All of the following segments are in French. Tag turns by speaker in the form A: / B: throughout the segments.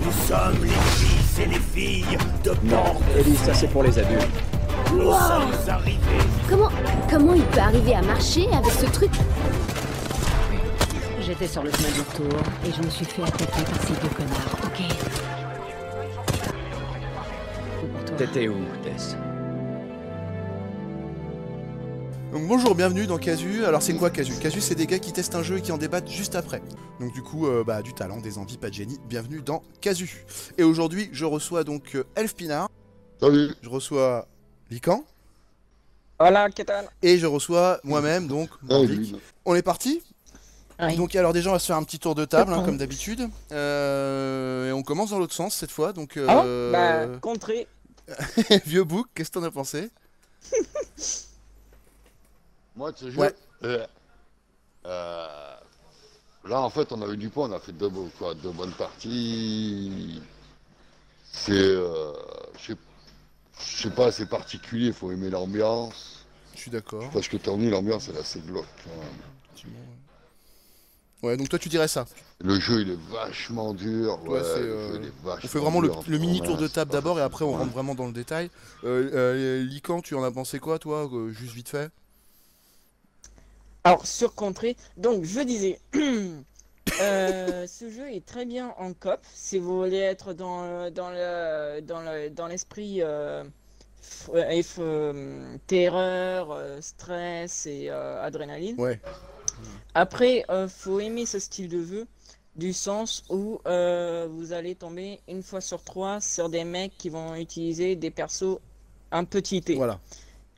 A: Nous sommes les fils et les filles de
B: Non,
A: Porte.
B: Ellie, ça c'est pour les adultes.
A: Nous
C: Wow.
A: sommes arrivés.
C: Comment. Comment il peut arriver à marcher avec ce truc
D: J'étais sur le chemin du retour et je me suis fait attaquer par ces deux connards, ok Tout pour toi.
B: T'étais où, Tess
E: Donc bonjour, bienvenue dans Casu. Alors c'est quoi Casu Casu c'est des gars qui testent un jeu et qui en débattent juste après. Donc du coup, euh, bah, du talent, des envies, pas de génie. Bienvenue dans Casu. Et aujourd'hui, je reçois donc euh, Elf Pinard,
F: Salut.
E: je reçois Lican
G: Voilà, qu'est-ce que
E: et je reçois moi-même donc Mordic.
F: Salut.
E: On est parti
D: Oui.
E: Donc alors déjà, on va se faire un petit tour de table hein, comme d'habitude. Euh, et on commence dans l'autre sens cette fois. Donc
G: Ah bon
E: euh,
G: Bah, contré.
E: vieux bouc, qu'est-ce que t'en as pensé
F: Moi, tu sais,
E: Ouais.
F: euh, euh, là, en fait, on a eu du poids, on a fait deux, bo- quoi, deux bonnes parties. C'est. euh, je sais- je sais pas, c'est particulier, faut aimer l'ambiance.
E: Je suis d'accord.
F: Parce que t'as mis l'ambiance, elle est assez glauque. quand même.
E: Ouais, donc toi tu dirais ça.
F: Le jeu, il est vachement dur.
E: Ouais,
F: Ouais,
E: c'est,
F: le
E: euh,
F: jeu, il est
E: On
F: vachement
E: fait vraiment le,
F: dur.
E: le mini tour de
F: Ouais, c'est
E: table
F: pas
E: d'abord et après on
F: facile.
E: rentre vraiment dans le détail. Euh, euh, Lican, tu en as pensé quoi toi euh, Juste vite fait
G: Alors, sur contré, donc je disais, euh, ce jeu est très bien en cop. Si vous voulez être dans, euh, dans, le, dans, le, dans l'esprit euh, f- euh, f- euh, terreur, euh, stress et euh, adrénaline.
E: Ouais.
G: Après, euh, faut aimer ce style de jeu, du sens où euh, vous allez tomber une fois sur trois sur des mecs qui vont utiliser des persos un petit T,
E: Voilà,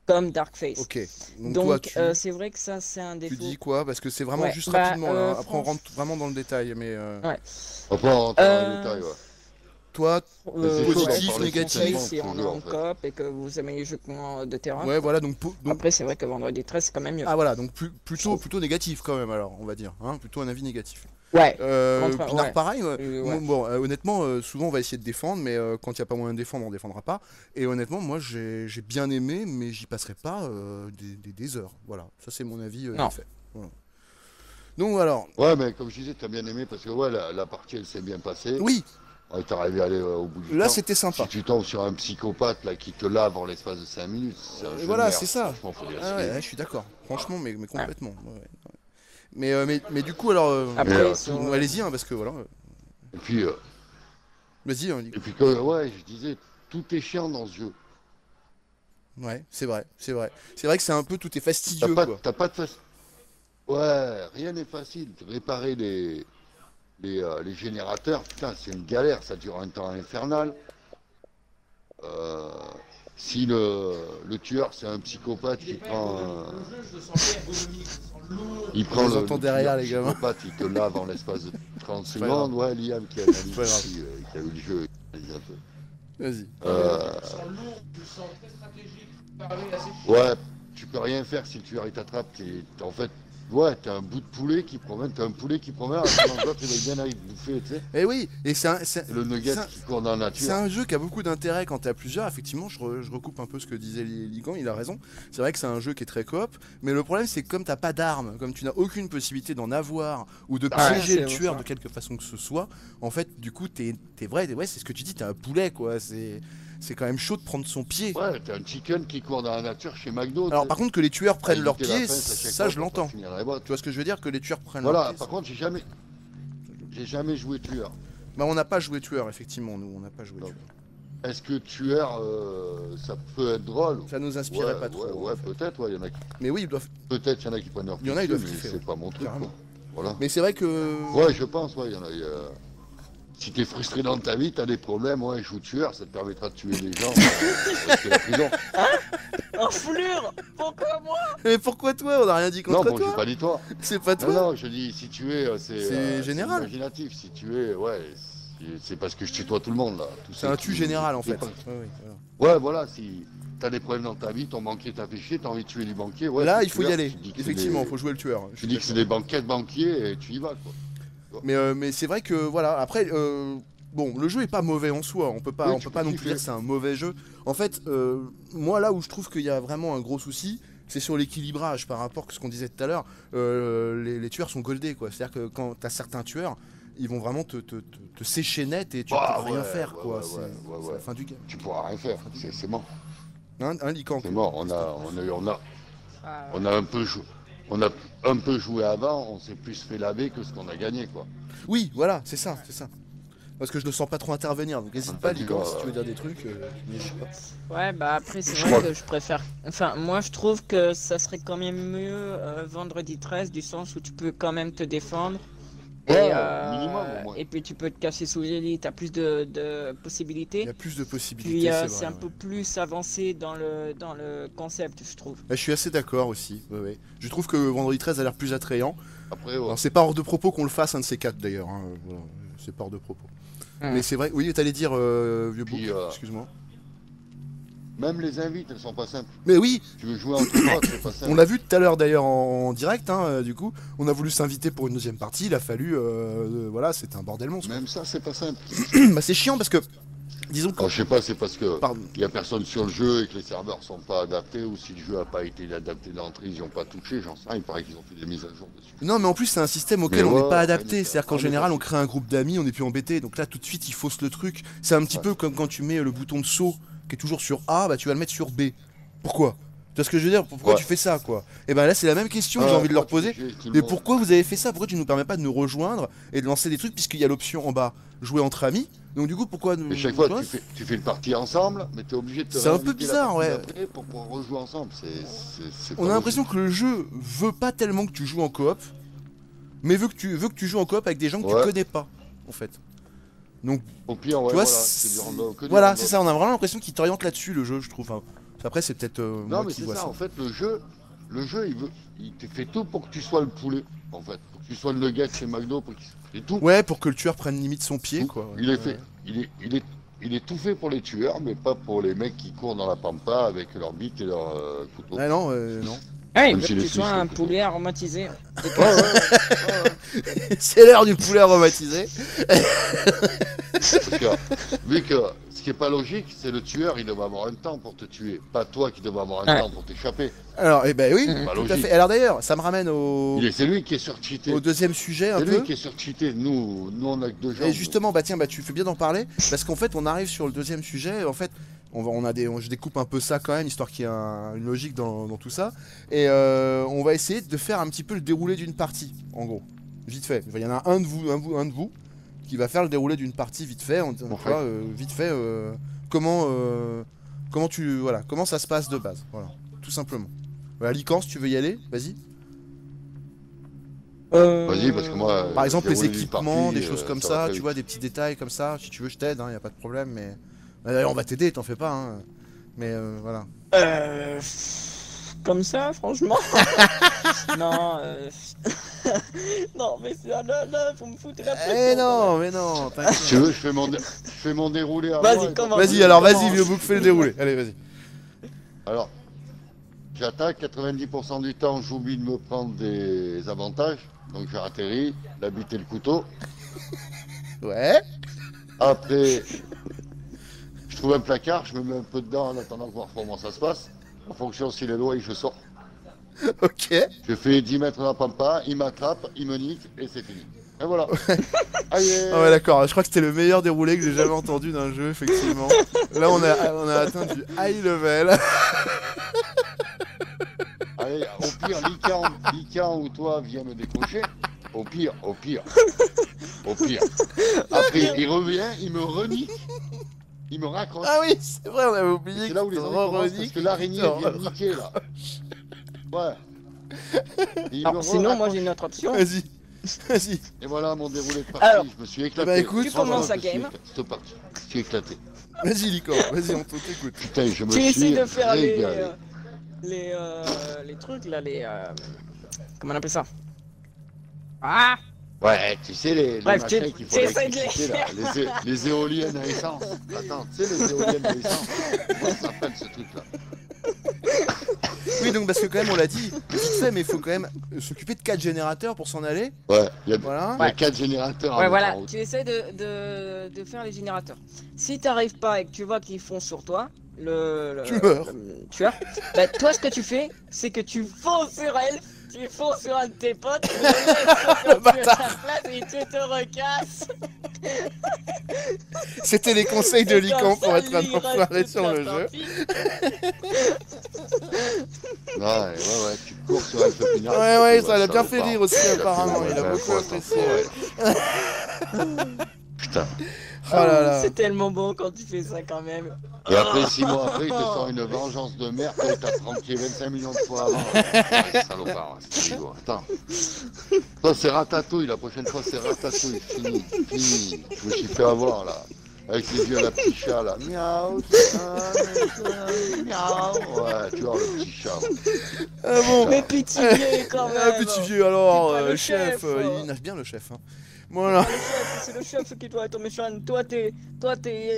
G: comme Darkface.
E: ok. Donc,
G: Donc,
E: toi tu,
G: euh, c'est vrai que ça, c'est un
E: tu
G: défaut.
E: dis quoi Parce que c'est vraiment
G: Ouais,
E: juste
G: bah,
E: rapidement là,
G: euh,
E: hein. après on
G: Franck-
E: rentre vraiment dans le détail. Mais euh,
G: Ouais.
F: Après, on rentre dans
G: Euh,
F: le détail, ouais.
E: toi,
G: Euh,
E: Positif,
G: ouais,
E: négatif.
G: conseil, Si on est
F: Toujours,
G: en
F: en fait.
G: coop et que vous aimez les jeux de de terrain.
E: ouais voilà, donc, po- donc-
G: Après, c'est vrai que Vendredi 13, c'est quand même mieux.
E: ah voilà, donc plus- plutôt, plutôt négatif quand même alors, on va dire. hein, plutôt un avis négatif.
G: Ouais.
E: Euh,
G: Contraire,
E: Pinard,
G: ouais.
E: pareil, ouais.
G: Euh,
E: Moi,
G: ouais.
E: Bon, euh, honnêtement, euh, souvent on va essayer de défendre, mais euh, quand il n'y a pas moyen de défendre, on défendra pas. Et honnêtement, moi j'ai j'ai bien aimé, mais j'y passerai pas euh, des, des- des heures. Voilà, ça c'est mon avis. euh,
G: Non.
E: des faits. Voilà. Donc alors,
F: Ouais, mais comme je disais, t'as bien aimé parce que ouais, la, la partie, elle s'est bien passée.
E: oui,
F: Ouais, T'es arrivé à aller euh, au bout du
E: là
F: temps.
E: c'était sympa.
F: Si tu tombes sur un psychopathe là qui te lave en l'espace de 5 minutes, c'est un jeu de
E: voilà,
F: merde.
E: c'est ça.
F: Franchement, faut les
E: Ah ouais,
F: esquiver.
E: ouais, je suis d'accord. Franchement, mais, mais complètement. ouais, ouais, ouais. Mais, euh, mais, mais du coup, alors, euh,
G: Après,
F: euh,
G: sur-
E: bon, allez-y, hein, parce que voilà. euh,
F: Et puis, euh,
E: Vas-y, hein,
F: et puis comme, ouais, je disais, tout est chiant dans ce jeu.
E: ouais, c'est vrai, c'est vrai. C'est vrai que c'est un peu tout est
F: T'as
E: fastidieux,
F: pas,
E: quoi.
F: t'as pas de facile. Ouais, rien n'est facile. Réparer les, les, euh, les générateurs, putain, c'est une galère, ça dure un temps infernal. Euh, si le, le tueur, c'est un psychopathe qui prend. un- Il prend
E: On les
F: le,
E: entend
F: le
E: derrière,
F: tueur
E: les gamins.
F: psychopathe, il te lave en l'espace de 30
E: pas grave.
F: secondes. Ouais, Liam qui analyse,
E: pas grave.
F: qui, euh, qui a eu le jeu. il analyse un peu.
E: Vas-y.
F: Euh, Ouais, tu peux rien faire si le tueur il t'attrape. T'es- t'es- En fait, ouais, t'as un bout de poulet qui promène, t'as un poulet qui promène, alors l'autre il va bien aller te bouffer, tu sais.
E: Et Eh oui, et c'est un- c'est-
F: Et le nugget
E: c'est un-
F: qui court dans la
E: C'est
F: nature.
E: un jeu qui a beaucoup d'intérêt quand t'es à plusieurs. Effectivement, je, re- je recoupe un peu ce que disait Li- Ligan, il a raison. C'est vrai que c'est un jeu qui est très coop, mais le problème c'est que comme t'as pas d'armes, comme tu n'as aucune possibilité d'en avoir ou de
F: Ah ouais,
E: piéger le
G: c'est
E: tueur
G: vrai.
E: de quelque façon que ce soit, en fait, du coup, t'es t'es vrai, t'es- ouais, c'est ce que tu dis, t'es un poulet quoi. C'est c'est quand même chaud de prendre son pied.
F: Ouais, t'as un chicken qui court dans la nature chez McDo.
E: Alors par contre, que les tueurs prennent leur pied,
F: pieds,
E: ça je l'entends. Tu vois ce que je veux dire Que les tueurs prennent
F: Voilà,
E: leur pied.
F: par contre, j'ai jamais. J'ai jamais joué tueur.
E: Bah, on n'a pas joué tueur, effectivement, nous, on n'a pas joué
F: Non.
E: tueur.
F: Est-ce que tueur, euh, ça peut être drôle
E: Ça nous
F: Ouais,
E: inspirait pas trop.
F: ouais,
E: en
F: ouais,
E: fait.
F: peut-être, ouais, il y en a qui.
E: Mais oui, ils doivent.
F: Peut-être il y en a qui prennent leur
E: Il y en a, ils doivent
F: pied, mais
E: kiffer, ouais.
F: C'est pas mon truc,
E: Carrément.
F: quoi. Voilà.
E: Mais c'est vrai que.
F: Ouais, je pense, ouais, il y en a. euh, Si t'es frustré dans ta vie, t'as des problèmes, ouais, joue tueur, ça te permettra de tuer des gens. euh, parce que la prison.
G: Oh, foulure Pourquoi moi
E: Mais pourquoi toi On n'a rien dit
F: Non,
E: contre
F: bon,
E: toi.
F: j'ai pas dit toi.
E: C'est pas
F: Non,
E: toi
F: non, je dis si tu es, euh, c'est.
E: C'est
F: euh,
E: général.
F: imaginatif, si tu es, ouais. c'est- C'est parce que je tutoie tout le monde, là. Tous
E: C'est
F: ceux
E: un
F: qui-
E: tu général en
F: qui-
E: fait. Ouais, ouais, voilà.
F: Ouais, voilà, si t'as des problèmes dans ta vie, ton banquier t'a fait chier, t'as envie de tuer du banquier, ouais.
E: Là,
F: tu
E: il faut y
F: tueurs,
E: aller.
F: tu dis que c'est
E: Effectivement,
F: des-
E: faut jouer le tueur. Je
F: Tu
E: suis
F: dis que c'est des banquettes banquiers et tu y vas, quoi.
E: Mais, euh, mais c'est vrai que voilà, après, euh, bon, le jeu est pas mauvais en soi, on peut pas,
F: Oui,
E: on
F: tu
E: peut
F: peux
E: pas non plus
F: kiffer.
E: dire que c'est un mauvais jeu. En fait, euh, moi là où je trouve qu'il y a vraiment un gros souci, c'est sur l'équilibrage par rapport à ce qu'on disait tout à l'heure. Euh, les, les tueurs sont goldés quoi, c'est-à-dire que quand t'as certains tueurs, ils vont vraiment te, te, te- te sécher net et tu
F: Ah,
E: peux rien
F: ouais,
E: faire,
F: ouais,
E: quoi.
F: ouais,
E: c'est
F: ouais,
E: c'est
F: ouais,
E: la
F: ouais.
E: fin du game.
F: Tu pourras rien faire, c'est c'est mort.
E: Hein, hein, Lican
F: C'est mort, on a, on a, on a,
G: Euh,
F: on a un peu joué. On a un peu joué avant, on s'est plus fait laver que ce qu'on a gagné quoi.
E: Oui, voilà, c'est ça, c'est ça. Parce que je ne sens pas trop intervenir, donc n'hésite pas,
F: tu
E: Lican,
F: vas-
E: si tu veux dire des trucs. euh, n'hésite pas.
G: Ouais, bah après, c'est
F: Je
G: vrai
F: crois-
G: que je préfère. Enfin, moi, je trouve que ça serait quand même mieux euh, vendredi 13, du sens où tu peux quand même te défendre.
F: Ouais,
G: et, euh,
F: au minimum au moins.
G: et puis, tu peux te casser sous les lits, t'as plus de, de
E: Il y
G: possibilités.
E: a plus de
G: Puis,
E: possibilités,
G: euh,
E: c'est
G: c'est
E: vrai.
G: un
E: ouais.
G: peu plus avancé dans le, dans le concept, je trouve.
E: Bah, je suis assez d'accord aussi. ouais, ouais. Je trouve que Vendredi 13 a l'air plus attrayant.
F: Après, oh, ouais.
E: Alors, c'est pas hors de propos qu'on le fasse, un de ces quatre d'ailleurs. hein, euh, voilà, C'est pas hors de propos.
G: Hmm.
E: Mais c'est vrai, oui, t'allais dire, euh, vieux bouc,
F: Puis, euh,
E: excuse-moi.
F: même les invites, elles sont pas simples.
E: Mais oui,
F: Tu veux jouer en trois, c'est pas
E: on
F: simple.
E: l'a vu tout à l'heure d'ailleurs en, en direct, hein, euh, du coup. On a voulu s'inviter pour une deuxième partie, il a fallu. euh, euh, voilà, c'était un bordel monstre.
F: Même ça, c'est pas simple.
E: bah, c'est chiant parce que. Disons que.
F: Alors, je sais pas, c'est parce que
E: Pardon.
F: il y a personne sur le jeu et que les serveurs sont pas adaptés ou si le jeu a pas été adapté d'entrée, ils n'y ont pas touché, j'en sais rien. Il paraît qu'ils ont fait des mises à jour dessus.
E: Non, mais en plus, c'est un système auquel
F: Mais
E: on n'est
F: ouais,
E: pas
F: ouais,
E: adapté.
F: mais-
E: C'est-à-dire qu'en
F: on est
E: général,
F: pas-
E: on crée un groupe d'amis, on n'est plus embêté. Donc là, tout de suite, il fausse le truc. C'est un petit
F: Ouais.
E: peu comme quand tu mets le bouton de saut qui est toujours sur A, bah tu vas le mettre sur B. Pourquoi Tu vois ce que je veux dire Pourquoi
F: Ouais.
E: tu fais ça, quoi Et ben là, c'est la même question que j'ai
F: Ah,
E: envie de leur
F: pourquoi tu
E: poser.
F: fais tout le
E: Mais
F: monde
E: pourquoi vous avez fait ça Pourquoi tu nous permets pas de nous rejoindre et de lancer des trucs puisqu'il y a l'option en bas jouer entre amis Donc du coup, pourquoi nous
F: Et chaque
E: tu
F: fois,
E: Hmm, vois,
F: tu fais, tu fais le parti ensemble, mais t'es obligé de te
E: C'est un peu
F: réinviter la
E: bizarre,
F: partie
E: ouais.
F: d'après Pour pouvoir rejouer ensemble, c'est. c'est- c'est
E: On
F: pas
E: a l'impression que le jeu veut pas tellement que tu joues en coop, mais veut que tu veut que tu joues en coop avec des gens que
F: Ouais.
E: tu connais pas, en fait.
F: logique. Au pire, ouais,
E: tu vois,
F: voilà,
E: c'est-
F: c'est du random, que du
E: voilà,
F: random.
E: c'est ça. On a vraiment l'impression qu'il t'oriente là-dessus le jeu, je trouve. Enfin, après, c'est peut-être euh,
F: Non,
E: moi
F: mais
E: qui
F: c'est
E: vois
F: ça,
E: ça.
F: en fait, le jeu, le jeu, il veut, il te fait tout pour que tu sois le poulet, en fait. Pour que tu sois le nugget chez McDo, pour qu'il il est tout.
E: Ouais, pour que le tueur prenne limite son pied,
F: tout.
E: quoi. ouais.
F: il est
E: Ouais.
F: fait, il est, il est, il est tout fait pour les tueurs, mais pas pour les mecs qui courent dans la pampa avec leur bite et leur euh, couteau.
E: Ah non, euh, non.
G: Ouais, il
F: Même
G: veut
F: si
G: que
F: les
G: tu sois
F: filles,
G: un
F: c'est-
G: poulet aromatisé.
F: Ouais, ouais, ouais, ouais.
E: c'est l'heure du poulet aromatisé.
F: Parce que, vu que ce qui est pas logique, c'est le tueur, il devrait avoir un temps pour te tuer, pas toi qui devrais avoir un
G: Ouais.
F: temps pour t'échapper.
E: Alors, eh ben oui,
G: Mhm.
F: Pas
E: tout à
F: Bah, logique.
E: fait. Alors d'ailleurs, ça me ramène au,
F: Il est- C'est lui qui est surcheaté.
E: au deuxième sujet un
F: C'est lui
E: peu.
F: qui est surcheaté. Nous, nous, on a que deux gens.
E: Et justement, bah tiens, bah tu fais bien d'en parler, parce qu'en fait, on arrive sur le deuxième sujet. En fait, on va, on a des, on- je découpe un peu ça quand même, histoire qu'il y ait un- une logique dans, dans tout ça. Et euh, on va essayer de faire un petit peu le déroulé d'une partie, en gros, vite fait. Enfin, Il y en a un de vous, un, vous- un de vous, qui va faire le déroulé d'une partie vite fait. On, tu
F: Ouais.
E: vois, euh, vite fait, euh, comment, euh, comment tu, voilà, comment ça se passe de base, voilà, tout simplement. Voilà, Lican, si tu veux y aller, vas-y.
F: Vas-y, parce que moi.
E: Par
F: euh,
E: exemple,
F: j'ai
E: les
F: roulé une
E: équipements,
F: partie,
E: des choses
F: euh,
E: comme
F: va
E: ça,
F: très
E: tu
F: vite.
E: vois, des petits détails comme ça. Si tu veux, je t'aide, hein, y a pas de problème, mais. Bah, D'ailleurs, on va t'aider, t'en fais pas, hein. Mais euh, voilà.
G: Euh, pff, Comme ça, franchement. non, euh... non, mais c'est- là, là, vous me foutez la pression.
E: Eh
G: quand même.
E: non, mais non, t'inquiète. Oh,
F: Si tu veux, je fais mon, dé- je fais mon déroulé à
G: Vas-y,
F: moi, et
G: commence.
F: t'as-
E: Vas-y, hein. alors vas-y,
G: Comment
E: vieux bouc, fais le déroulé. Allez, vas-y.
F: Alors, j'attaque, 90% du temps, j'oublie de me prendre des avantages. Donc, j'ai atterri, la bite et le couteau.
E: Ouais.
F: Après, je trouve un placard, je me mets un peu dedans en attendant de voir comment ça se passe. En fonction s'il est loin, je sors.
E: Ok.
F: Je fais 10 mètres dans la pampa, il m'attrape, il me nique et c'est fini. Et voilà. Allez.
E: Ah ouais, d'accord. Je crois que c'était le meilleur déroulé que j'ai jamais entendu d'un jeu, effectivement. Là, on a, on a atteint du high level.
F: Allez, au pire, Lican, Lican ou toi viens me décrocher. Au pire, au pire. Au pire. Après, il revient, il me renique. Il me raccroche.
E: Ah oui, c'est vrai, on avait oublié
F: C'est
E: que
F: là où les
E: c'était
F: ennuis commencent parce
E: Roronique.
F: que l'araignée
E: Non,
F: vient me niquer là. Ouais. Et il me Eh,
G: Alors, sinon, moi
F: re-raccroche.
G: j'ai une autre option.
E: Vas-y. Vas-y.
F: Et voilà mon déroulé de partie,
G: Alors,
F: je me suis éclaté.
E: bah écoute,
G: Tu commences la
F: je me suis
G: game.
F: éclaté, Cette partie, je me suis éclaté.
E: Vas-y, Licorne. Vas-y, on t'écoute.
F: Putain, je me
G: Tu
F: suis
G: essaies de faire les,
F: régalé.
G: euh, les, euh, les trucs là, les. euh, Comment on appelle ça Ah
F: Ouais, eh, tu sais, les, les
G: Bref,
F: machins
G: tu-
F: qu'il
G: tu
F: faut
G: essaies de les
F: électricité, là, les, é- les éoliennes à essence. Attends, tu sais, les éoliennes à essence. Comment ça s'appelle ce truc-là
E: Oui, donc parce que quand même, on l'a dit, vite fait, mais il faut quand même s'occuper de quatre générateurs pour s'en aller.
F: Ouais, il y a
E: Voilà.
F: il y a quatre générateurs. à
G: Ouais,
F: mettre
G: voilà,
F: en route.
G: tu essaies de, de, de faire les générateurs. Si t'arrives pas et que tu vois qu'ils font sur toi, le, le-
E: Tu meurs.
G: le tueur, bah, toi, ce que tu fais, c'est que tu fonces sur elle, tu fonces sur un de tes potes, tu le laisses sur
E: bâtard.
G: ta place et tu te recasses.
E: C'était les conseils de
G: Et comme
E: Lican pour
G: ça,
E: être un
G: lui, il reste
E: enfoiré sur
G: plein
E: le jeu.
G: d'envie.
F: Ouais, ouais, ouais, tu cours sur un topinard.
E: Ouais, ouais,
F: tu
E: ça l'a
F: vois,
E: bien
F: ou
E: fait
F: pas.
E: rire aussi, apparemment. Il a
F: Ouais,
E: beaucoup
F: ouais,
E: apprécié.
F: ouais.
E: ouais.
F: hein. Putain.
E: Oh là là.
G: C'est tellement bon quand tu fais ça quand même.
F: Et après, six mois après, il te sort une vengeance de merde que t'as tranquille 25 millions de fois avant. Ouais, salopard, c'est rigolo. Attends. Toi, c'est ratatouille, la prochaine fois, c'est ratatouille. Fini, fini. Je me suis fait avoir, là. Avec ses yeux à la petite chat, là. Miaou, miaou, miaou. Ouais, tu vois, le petit chat.
E: Ah bon
G: Mais pitié quand
E: Ah,
G: même.
E: petit vieux, alors,
G: C'est pas
E: euh,
G: le
E: chef,
G: chef,
E: euh,
G: hein.
E: il nage bien le chef. hein. Voilà.
G: Ah, le chef, C'est le chef qui doit être méchant. Toi, t'es. Toi, t'es.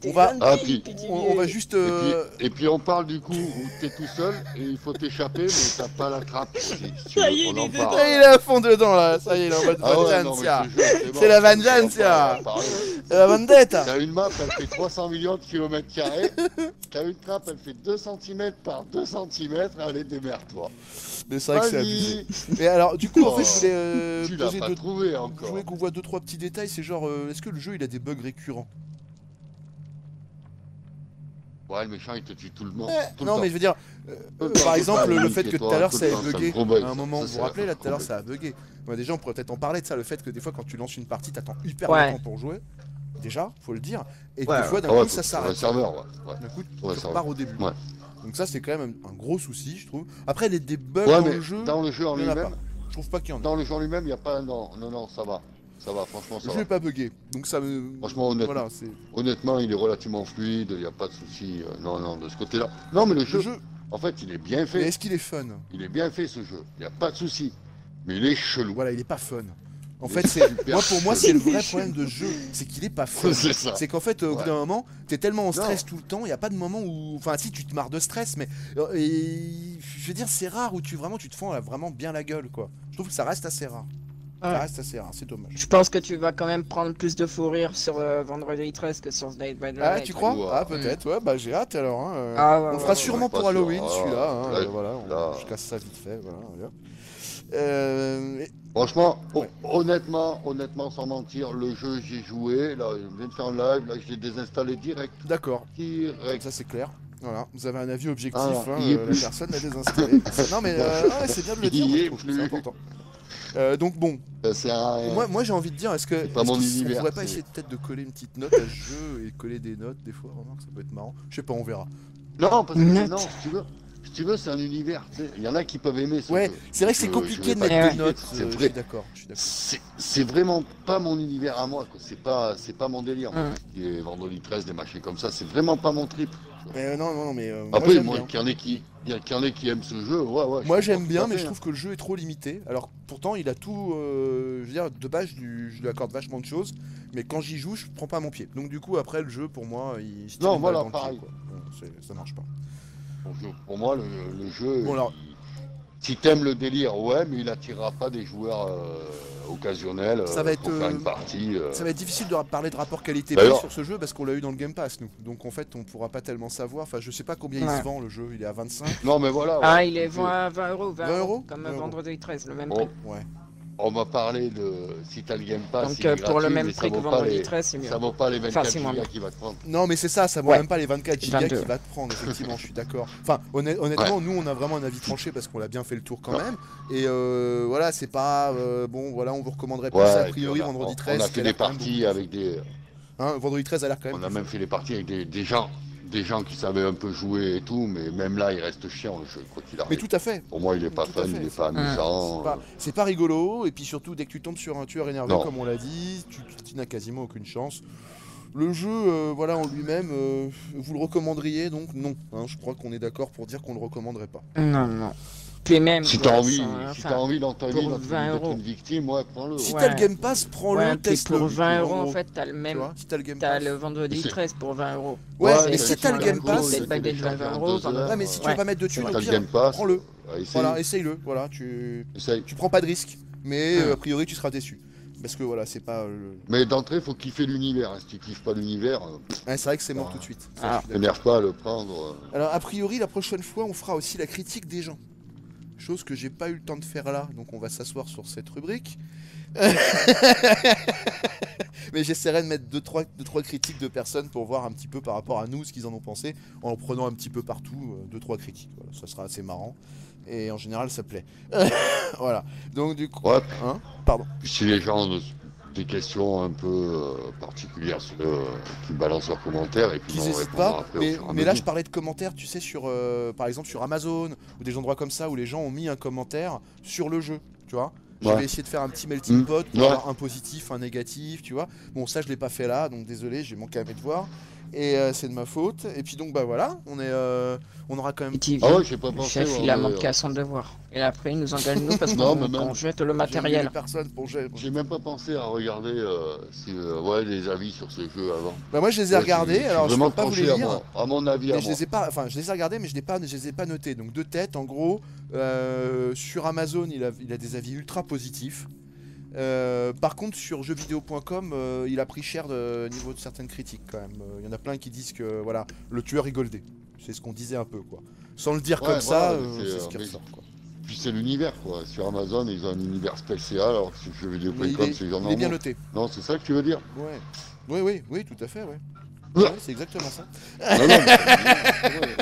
G: t'es
E: On va-
G: gentil,
F: Ah, puis,
G: petit
E: On, on va
G: vieux.
E: juste.
F: Et puis,
E: euh,
F: et puis, on parle du coup où t'es tout seul et il faut t'échapper, mais t'as pas la trappe. Si, si tu
G: Ça
F: veux
G: y est,
F: qu'on
G: il
F: en
G: est
F: parle.
E: Ah, il est à fond dedans là, ça y est, il est en mode
F: Ah ouais, non,
E: vengeance,
F: mais
E: ya.
F: je te jure, bon,
E: C'est la
F: on va pas
E: vengeance, ya.
F: en parler.
E: La vendetta
F: T'as une map, elle fait 300 millions de kilomètres carrés. T'as une trappe, elle fait 2 cm par 2 cm. Allez, démerde-toi.
E: Mais c'est vrai que c'est abusé.
F: Vas-y.
E: Mais alors, du coup, en
F: Oh,
E: fait, je voulais euh,
F: Tu l'as
E: poser
F: pas
E: deux.
F: trouvé
E: Je
F: encore.
E: voulais qu'on voit deux trois petits détails. C'est genre, euh, est-ce que le jeu il a des bugs récurrents
F: Ouais, le méchant, il te tue tout le monde. tout le
E: Eh, Non,
F: temps.
E: mais je veux dire, euh,
F: Peu
E: par
F: importe,
E: exemple,
F: pas
E: le
F: lui,
E: fait que
F: tais-toi,
E: tout à l'heure
F: tout le
E: ça ait
F: temps, me
E: bugué.
F: rebug,
E: À un
F: ça.
E: moment,
F: Ça,
E: vous
F: ça
E: vous
F: me
E: rappelez là tout à l'heure
F: rebug.
E: ça a bugué. Ouais, déjà, on pourrait peut-être en parler de ça, le fait que des fois quand tu lances une partie, t'attends hyper
G: Ouais.
E: longtemps pour jouer. Déjà, faut le dire. Et que
G: Ouais,
E: des fois, d'un
F: Ah ouais,
E: coup, ça
F: faut- sur
E: s'arrête.
F: le serveur, ouais. ouais.
E: D'un coup,
F: Ouais,
E: tu
F: ça
E: repars au début.
F: Ouais.
E: Donc ça, c'est quand même un un gros souci, je trouve. Après, les des bugs
F: Ouais,
E: dans
F: mais
E: le jeu,
F: dans le jeu en
E: il y en a
F: lui-même,
E: pas. je trouve pas qu'il y en a.
F: dans le jeu en lui-même, il n'y a pas. Non, non, non, ça va. Ça va, franchement,
E: Le
F: ça
E: jeu
F: va.
E: est pas bugué, donc ça me...
F: Franchement, honnêtement,
E: Voilà, c'est...
F: honnêtement, il est relativement fluide, il n'y a pas de souci. euh, Non, non, de ce côté-là. Non, mais le
E: Le
F: jeu,
E: jeu,
F: en fait, il est bien fait.
E: mais est-ce qu'il est fun
F: Il est bien fait ce jeu, il n'y a pas de souci. Mais il est chelou.
E: Voilà, il est pas fun. En
F: Il
E: fait,
F: est
E: c'est...
F: super
E: Moi, pour moi, c'est
F: chelou.
E: le vrai problème de ce jeu, c'est qu'il est pas fun.
F: C'est ça.
E: C'est qu'en fait, au bout
F: Ouais.
E: d'un moment, t'es tellement en stress tout le temps, il y a pas de moment où, enfin, si tu te marres de stress, mais euh, et- je veux dire, c'est rare où tu vraiment, tu te fends là, vraiment bien la gueule, quoi. Je trouve que ça reste assez rare. Ça
G: Ouais.
E: reste assez rare, c'est dommage.
G: Je pense que tu vas quand même prendre plus de fou rire sur euh, Vendredi 13 que sur Night by Night.
E: Ah, tu crois
F: Ouah.
E: Ah, peut-être. Ouais, bah j'ai hâte alors. hein, euh.
G: hmm. Ah, ouais,
E: on
G: ouais,
E: fera
G: ouais.
E: sûrement
F: euh, ouais,
E: pour
F: pas sûr.
E: Halloween
F: Ah,
E: celui-là. hein,
F: là,
E: euh, voilà, on-
F: là.
E: je casse ça vite fait. Voilà. voilà. Euh, et-
F: Franchement, hon-
E: Ouais.
F: honnêtement, honnêtement, sans mentir, le jeu, j'ai joué. Là, je viens de faire un live, là, je l'ai désinstallé direct.
E: D'accord. Comme
F: Direct.
E: ça c'est clair. Voilà. Vous avez un avis objectif.
F: Ah,
E: hein,
F: il y est
E: euh, la
F: plus.
E: personne l'a désinstallé. non mais euh, ouais, c'est bien de le
F: Il
E: dire.
F: y
E: moi, je
F: est
E: trouve,
F: plus.
E: C'est important. Euh, donc bon,
F: Ça sert à rien.
E: moi, moi j'ai envie de dire, est-ce que
F: pas mon
E: est-ce qu'on
F: univers,
E: pourrait pas
F: Euh, c'est-
E: essayer peut-être de coller une petite note à ce jeu et coller des notes des fois, remarque, ça peut être marrant. Je sais pas, on verra.
F: Non, parce que
G: Net.
F: non, si tu veux, si tu veux, c'est un univers. tu sais. Il y en a qui peuvent aimer ce
E: Ouais,
F: jeu.
E: c'est vrai que c'est
F: Je-
E: compliqué de
F: je vais pas
G: dire
E: mettre des
F: que
E: notes.
F: c'est
E: euh, Je
F: vrai.
E: suis d'accord. je suis d'accord.
F: C'est c'est vraiment pas mon univers à moi. quoi. C'est pas, c'est pas mon délire.
G: Hum.
F: Des vendredi 13, des machins comme ça, c'est vraiment pas mon trip.
E: Mais euh, non non non mais euh, moi,
F: Après,
E: j'aime
F: moi,
E: bien.
F: qu'il y en ait qui, il y a- qu'il y en ait qui aiment ce jeu, ouais, ouais. je
E: Moi
F: comprends
E: j'aime
F: tout
E: bien,
F: à
E: mais
F: fait,
E: je
F: hein.
E: trouve que le jeu est trop limité. Alors pourtant il a tout, euh, je veux dire, de base je lui, je lui accorde vachement de choses, mais quand j'y joue je prends pas mon pied. Donc du coup après le jeu pour moi il se tire
F: Non,
E: une balle
F: voilà,
E: dans le pied,
F: pareil.
E: quoi. Bon, c'est- ça marche pas.
F: Pour, pour moi, le, le jeu,
E: Bon, alors-
F: il- si t'aimes le délire, ouais, mais il attirera pas des joueurs euh, occasionnels.
E: Ça
F: euh,
E: va être,
F: pour faire
E: euh,
F: une partie. euh,
E: Ça va être difficile de ra- parler de rapport qualité-prix
F: D'ailleurs-
E: sur ce jeu parce qu'on l'a eu dans le Game Pass nous. Donc en fait on pourra pas tellement savoir. Enfin je sais pas combien il
G: Ouais.
E: se vend le jeu, il est à 25.
F: Non, mais voilà.
G: Ah,
F: ouais.
G: il est
F: Donc,
G: 20, 20 euros,
E: 20
G: 20
E: euros
G: euros, comme
E: 20 euros.
G: Vendredi 13, le même
F: on,
G: prix.
E: Ouais.
F: on m'a parlé de si t'as le Game Pass.
G: Donc
F: il est
G: euh, pour le
F: bah, gratuit,
G: même
F: mais ça
G: prix que
F: vaut pas
G: Vendredi
F: les-
G: 13, c'est mieux.
F: Ça vaut pas les 24
G: c'est moins
F: gigas
G: bien.
F: qui va te prendre.
E: Non mais c'est ça, ça vaut
G: Ouais.
E: même pas les 24 gigas
G: 22.
E: qui va te prendre, effectivement, je suis d'accord. Enfin, honnêt- honnêtement, nous on a vraiment un avis tranché parce qu'on l'a bien fait le tour quand
F: Ouais.
E: même. Et euh, voilà, c'est pas... euh, bon, voilà, on vous recommanderait plus
F: Ouais,
E: a
F: et puis
E: priori
F: on a-
E: vendredi
F: on-
E: 13.
F: On a
E: qui
F: fait
E: a
F: des
E: l'air quand même
F: parties avec des.
E: beaucoup. Hein, vendredi 13 a l'air quand
F: On
E: même...
F: a même fait des parties avec des, des gens, des gens qui savaient un peu jouer et tout, mais même là, il reste chiant le jeu, quoi qu'il
E: Mais
F: arrive.
E: tout à fait,
F: Pour moi, il est pas
E: tout à
F: fun,
E: fait,
F: il est
E: c'est-
F: pas
G: Hum.
E: c'est
F: amusant.
E: pas, c'est pas rigolo, et puis surtout dès que tu tombes sur un tueur énervé
F: Oh. Non.
E: comme on l'a dit, tu, tu n'as quasiment aucune chance. Le jeu, euh, voilà, en lui-même, euh, vous le recommanderiez donc non. hein, je crois qu'on est d'accord pour dire qu'on le recommanderait pas.
G: Non, non. Puis même.
F: Si
G: quoi,
F: t'as envie, si
G: ça- hein, enfin,
F: t'as envie dans ta vie
G: pour
F: d'être
G: 20
F: une- d'être
G: euros.
F: une victime, ouais, prends-le.
E: Si
G: Ouais.
E: t'as le Game Pass, prends-le,
G: ouais, puis
E: teste-le.
G: pour 20 euros,
E: en
G: en
E: gros,
G: fait, t'as le
E: tu
G: même.
E: vois, si t'as le Game
G: T'as
E: Pass.
G: le vendredi
F: C'est-
G: 13 pour 20 euros.
E: Ouais,
G: mais
E: mais
G: ça,
E: si
G: tu
E: t'as le
G: prends
E: Game
G: la grosse
E: Pass,
G: tête baguette de 20 euros, ça va.
E: ouais, mais si tu
G: Ouais.
E: veux pas mettre de thunes,
F: T'as
E: au
F: le
E: pire,
F: Game Pass,
E: prends-le.
F: ouais, essaye,
E: Voilà, essaye-le. Voilà, tu,
F: essaye.
E: tu prends pas de risque, mais
G: Ouais.
E: euh, a priori tu seras déçu. Parce que voilà, c'est pas. euh,
F: Mais d'entrée, faut kiffer l'univers. hein. Si tu kiffes pas l'univers, euh, pff,
E: Ouais, c'est vrai que c'est mort
F: Ah.
E: tout de suite. Ça,
G: Ah.
E: je suis d'accord.
F: t'énerve pas à le prendre. euh.
E: Alors, a priori, la prochaine fois, on fera aussi la critique des gens. Chose que j'ai pas eu le temps de faire là, donc on va s'asseoir sur cette rubrique. Mais j'essaierai de mettre 2-3 deux, trois, deux, trois critiques de personnes pour voir un petit peu par rapport à nous ce qu'ils en ont pensé, en prenant un petit peu partout 2-3 critiques. Voilà, ça sera assez marrant. Et en général, ça plaît. voilà. Donc, du coup.
F: Ouais.
E: Hein Pardon.
F: Si les gens ont des questions un peu euh, particulières, euh, qu'ils balancent leurs commentaires et puis
E: qu'ils
F: on
E: hésitent
F: répondra
E: pas.
F: après au
E: Mais,
F: fur et à
E: mais là, je
F: mesure.
E: parlais de commentaires, tu sais, sur, euh, par exemple sur Amazon ou des endroits comme ça où les gens ont mis un commentaire sur le jeu, tu vois. J'avais
F: Ouais.
E: essayé de faire un petit melting
F: Mm.
E: pot pour
F: Ouais.
E: avoir un positif, un négatif, tu vois. Bon, ça, je l'ai pas fait là, donc désolé, j'ai manqué à mes devoirs. Et euh, c'est de ma faute. Et puis donc, bah voilà, on est, euh, on aura quand même.
G: Petit
F: Ah ouais, j'ai pas
G: le
F: pensé.
G: chef,
F: ouais,
G: il a
F: mais,
G: manqué
F: euh,
G: à son devoir. Et après, il nous engueule nous parce
F: Non,
G: qu'on
F: mais même-
G: qu'on jette
E: Ah, j'ai
G: le
E: oublié
G: matériel.
E: les personnes pour gérer.
F: J'ai même pas pensé à regarder euh, si, euh, ouais, les avis sur ce jeu avant.
E: Bah moi, je les ai
F: Ouais,
E: regardés.
F: suis
E: Alors, je peux
F: vraiment
E: pas vous les
F: tranché à
E: lire.
F: mon- À mon avis, à
E: Mais je
F: moi.
E: les ai pas, enfin je les ai regardés, mais je, n'ai pas, je les ai pas notés. Donc deux têtes, en gros, euh, sur Amazon, il a, il a des avis ultra positifs. Euh, par contre, sur jeuxvideo.com, euh, il a pris cher de au niveau de certaines critiques quand même. Euh, Il y en a plein qui disent que voilà, le tueur est goldé. C'est ce qu'on disait un peu quoi. Sans le dire
F: Ouais,
E: comme ça,
F: voilà,
E: euh,
F: mais c'est,
E: c'est ce
F: euh,
E: qui
F: mais-
E: ressort quoi.
F: Puis c'est l'univers quoi. Sur Amazon, ils ont un univers spécial, alors que sur
E: Mais il
F: jeuxvideo.com,
E: est,
F: c'est genre
E: il est bien
F: normal.
E: noté.
F: Non, c'est ça que tu veux dire
E: Ouais. Oui, oui, oui, tout à fait, ouais.
F: Ouais.
E: Ouais, c'est exactement ça.
F: Non, non, mais- ouais.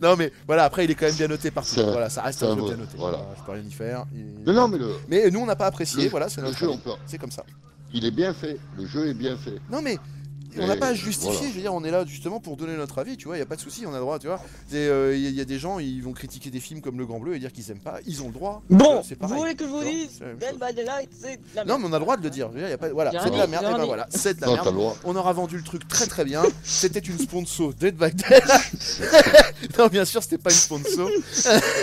E: Non, mais voilà, après, il est quand même bien noté partout.
F: C'est un-
E: Voilà, ça reste
F: c'est
E: un
F: un
E: jeu
F: mot,
E: bien noté.
F: voilà.
E: Je peux rien y faire. il-
F: Non, non, mais le,
E: Mais nous, on n'a pas apprécié,
F: Le-
E: voilà, c'est
F: le
E: notre
F: jeu,
E: avis.
F: on peut-
E: C'est comme ça.
F: il est bien fait. Le jeu est bien fait.
E: Non, mais on n'a
F: Et
E: pas à justifier,
F: voilà.
E: je veux dire, on est là justement pour donner notre avis, tu vois, il n'y a pas de souci, on a le droit, tu vois. Il euh, y, a- y a des gens, ils vont critiquer des films comme Le Grand Bleu et dire qu'ils aiment pas, ils ont le droit.
G: Bon,
E: Euh, c'est
G: vous
E: pareil.
G: voulez que je vous
E: Non,
G: dise
E: c'est la même
G: Dead
E: chose.
G: by Daylight, c'est de la
E: Non,
G: merde.
E: mais on a le droit de le dire, je veux dire, y a pas... voilà,
G: J'ai
E: c'est de la
G: rien
E: merde,
G: dit,
E: et
G: j'ai
E: ben
G: rien
E: voilà, c'est de la
F: Non, t'as
E: merde.
F: le droit.
E: On aura vendu le truc très très bien. C'était une sponsor Dead by Dead. non, bien sûr, c'était pas une sponsor.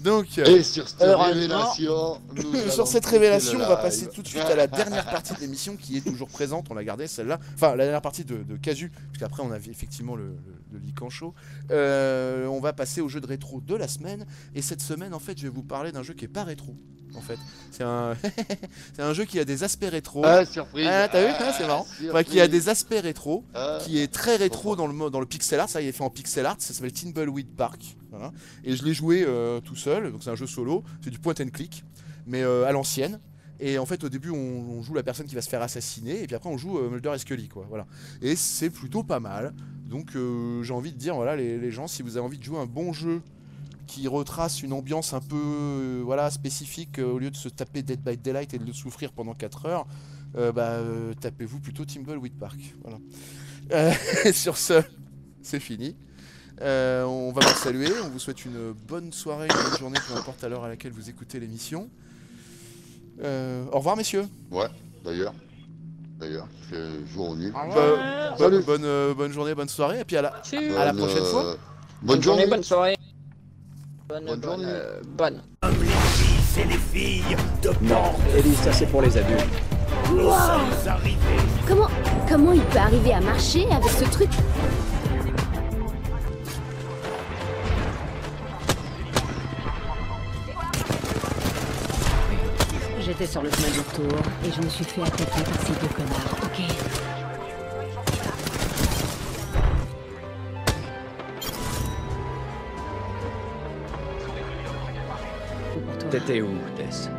E: Donc, euh,
F: Et sur cette
G: Alors,
F: révélation, nous allons
E: Sur cette
F: couper le
E: révélation, on va
F: live. Ah,
E: passer tout de suite à la dernière partie de l'émission qui est toujours présente. On l'a gardée celle-là. Enfin, la dernière partie de, de Casu, parce qu'après on avait effectivement le, le, le Lican Show. Euh, on va passer au jeu de rétro de la semaine. Et cette semaine, en fait, je vais vous parler d'un jeu qui est pas rétro. En fait, c'est un, c'est un jeu qui a des aspects rétro.
F: Ah, Ah, surprise.
E: Ah, t'as vu, hein, c'est marrant. Enfin, qui a des aspects rétro, qui est très rétro
F: Pourquoi
E: dans le, mo- dans le pixel art, ça il est fait en pixel art, ça s'appelle Timbleweed Park. Voilà. Et je l'ai joué euh, tout seul, donc c'est un jeu solo, c'est du point and click, mais euh, à l'ancienne. Et en fait, au début, on, on joue la personne qui va se faire assassiner, et puis après, on joue euh, Mulder et Scully, quoi. Voilà. Et c'est plutôt pas mal. Donc, euh, j'ai envie de dire, voilà, les, les gens, si vous avez envie de jouer un bon jeu qui retrace une ambiance un peu, euh, voilà, spécifique, euh, au lieu de se taper Dead by Daylight et de le souffrir pendant 4 heures, euh, bah, euh, tapez-vous plutôt Timbleweed Park. Voilà. Euh, sur ce, c'est fini. Euh, on va vous saluer. On vous souhaite une bonne soirée, une bonne journée, peu importe à l'heure à laquelle vous écoutez l'émission. Euh, au revoir, messieurs.
F: D'ailleurs, d'ailleurs, c'est jour ou nuit.
G: Au
E: Bah,
G: revoir.
E: Bonne,
F: Salut.
E: bonne, euh, bonne journée, bonne soirée. Et puis à la,
G: Tchuss.
E: à la prochaine fois.
F: Bonne journée.
G: Bonne soirée. Bonne,
F: Bonne journée.
G: euh, bonne.
A: Hommes, les fils et les filles de
B: Non,
A: bande,
B: Ellie, ça c'est pour les adultes.
A: nous sommes arrivés.
C: Comment, comment il peut arriver à marcher avec ce truc
D: J'étais sur le chemin du retour et je me suis fait attaquer par ces deux connards. Ok. Pour toi.
B: T'étais où, Tess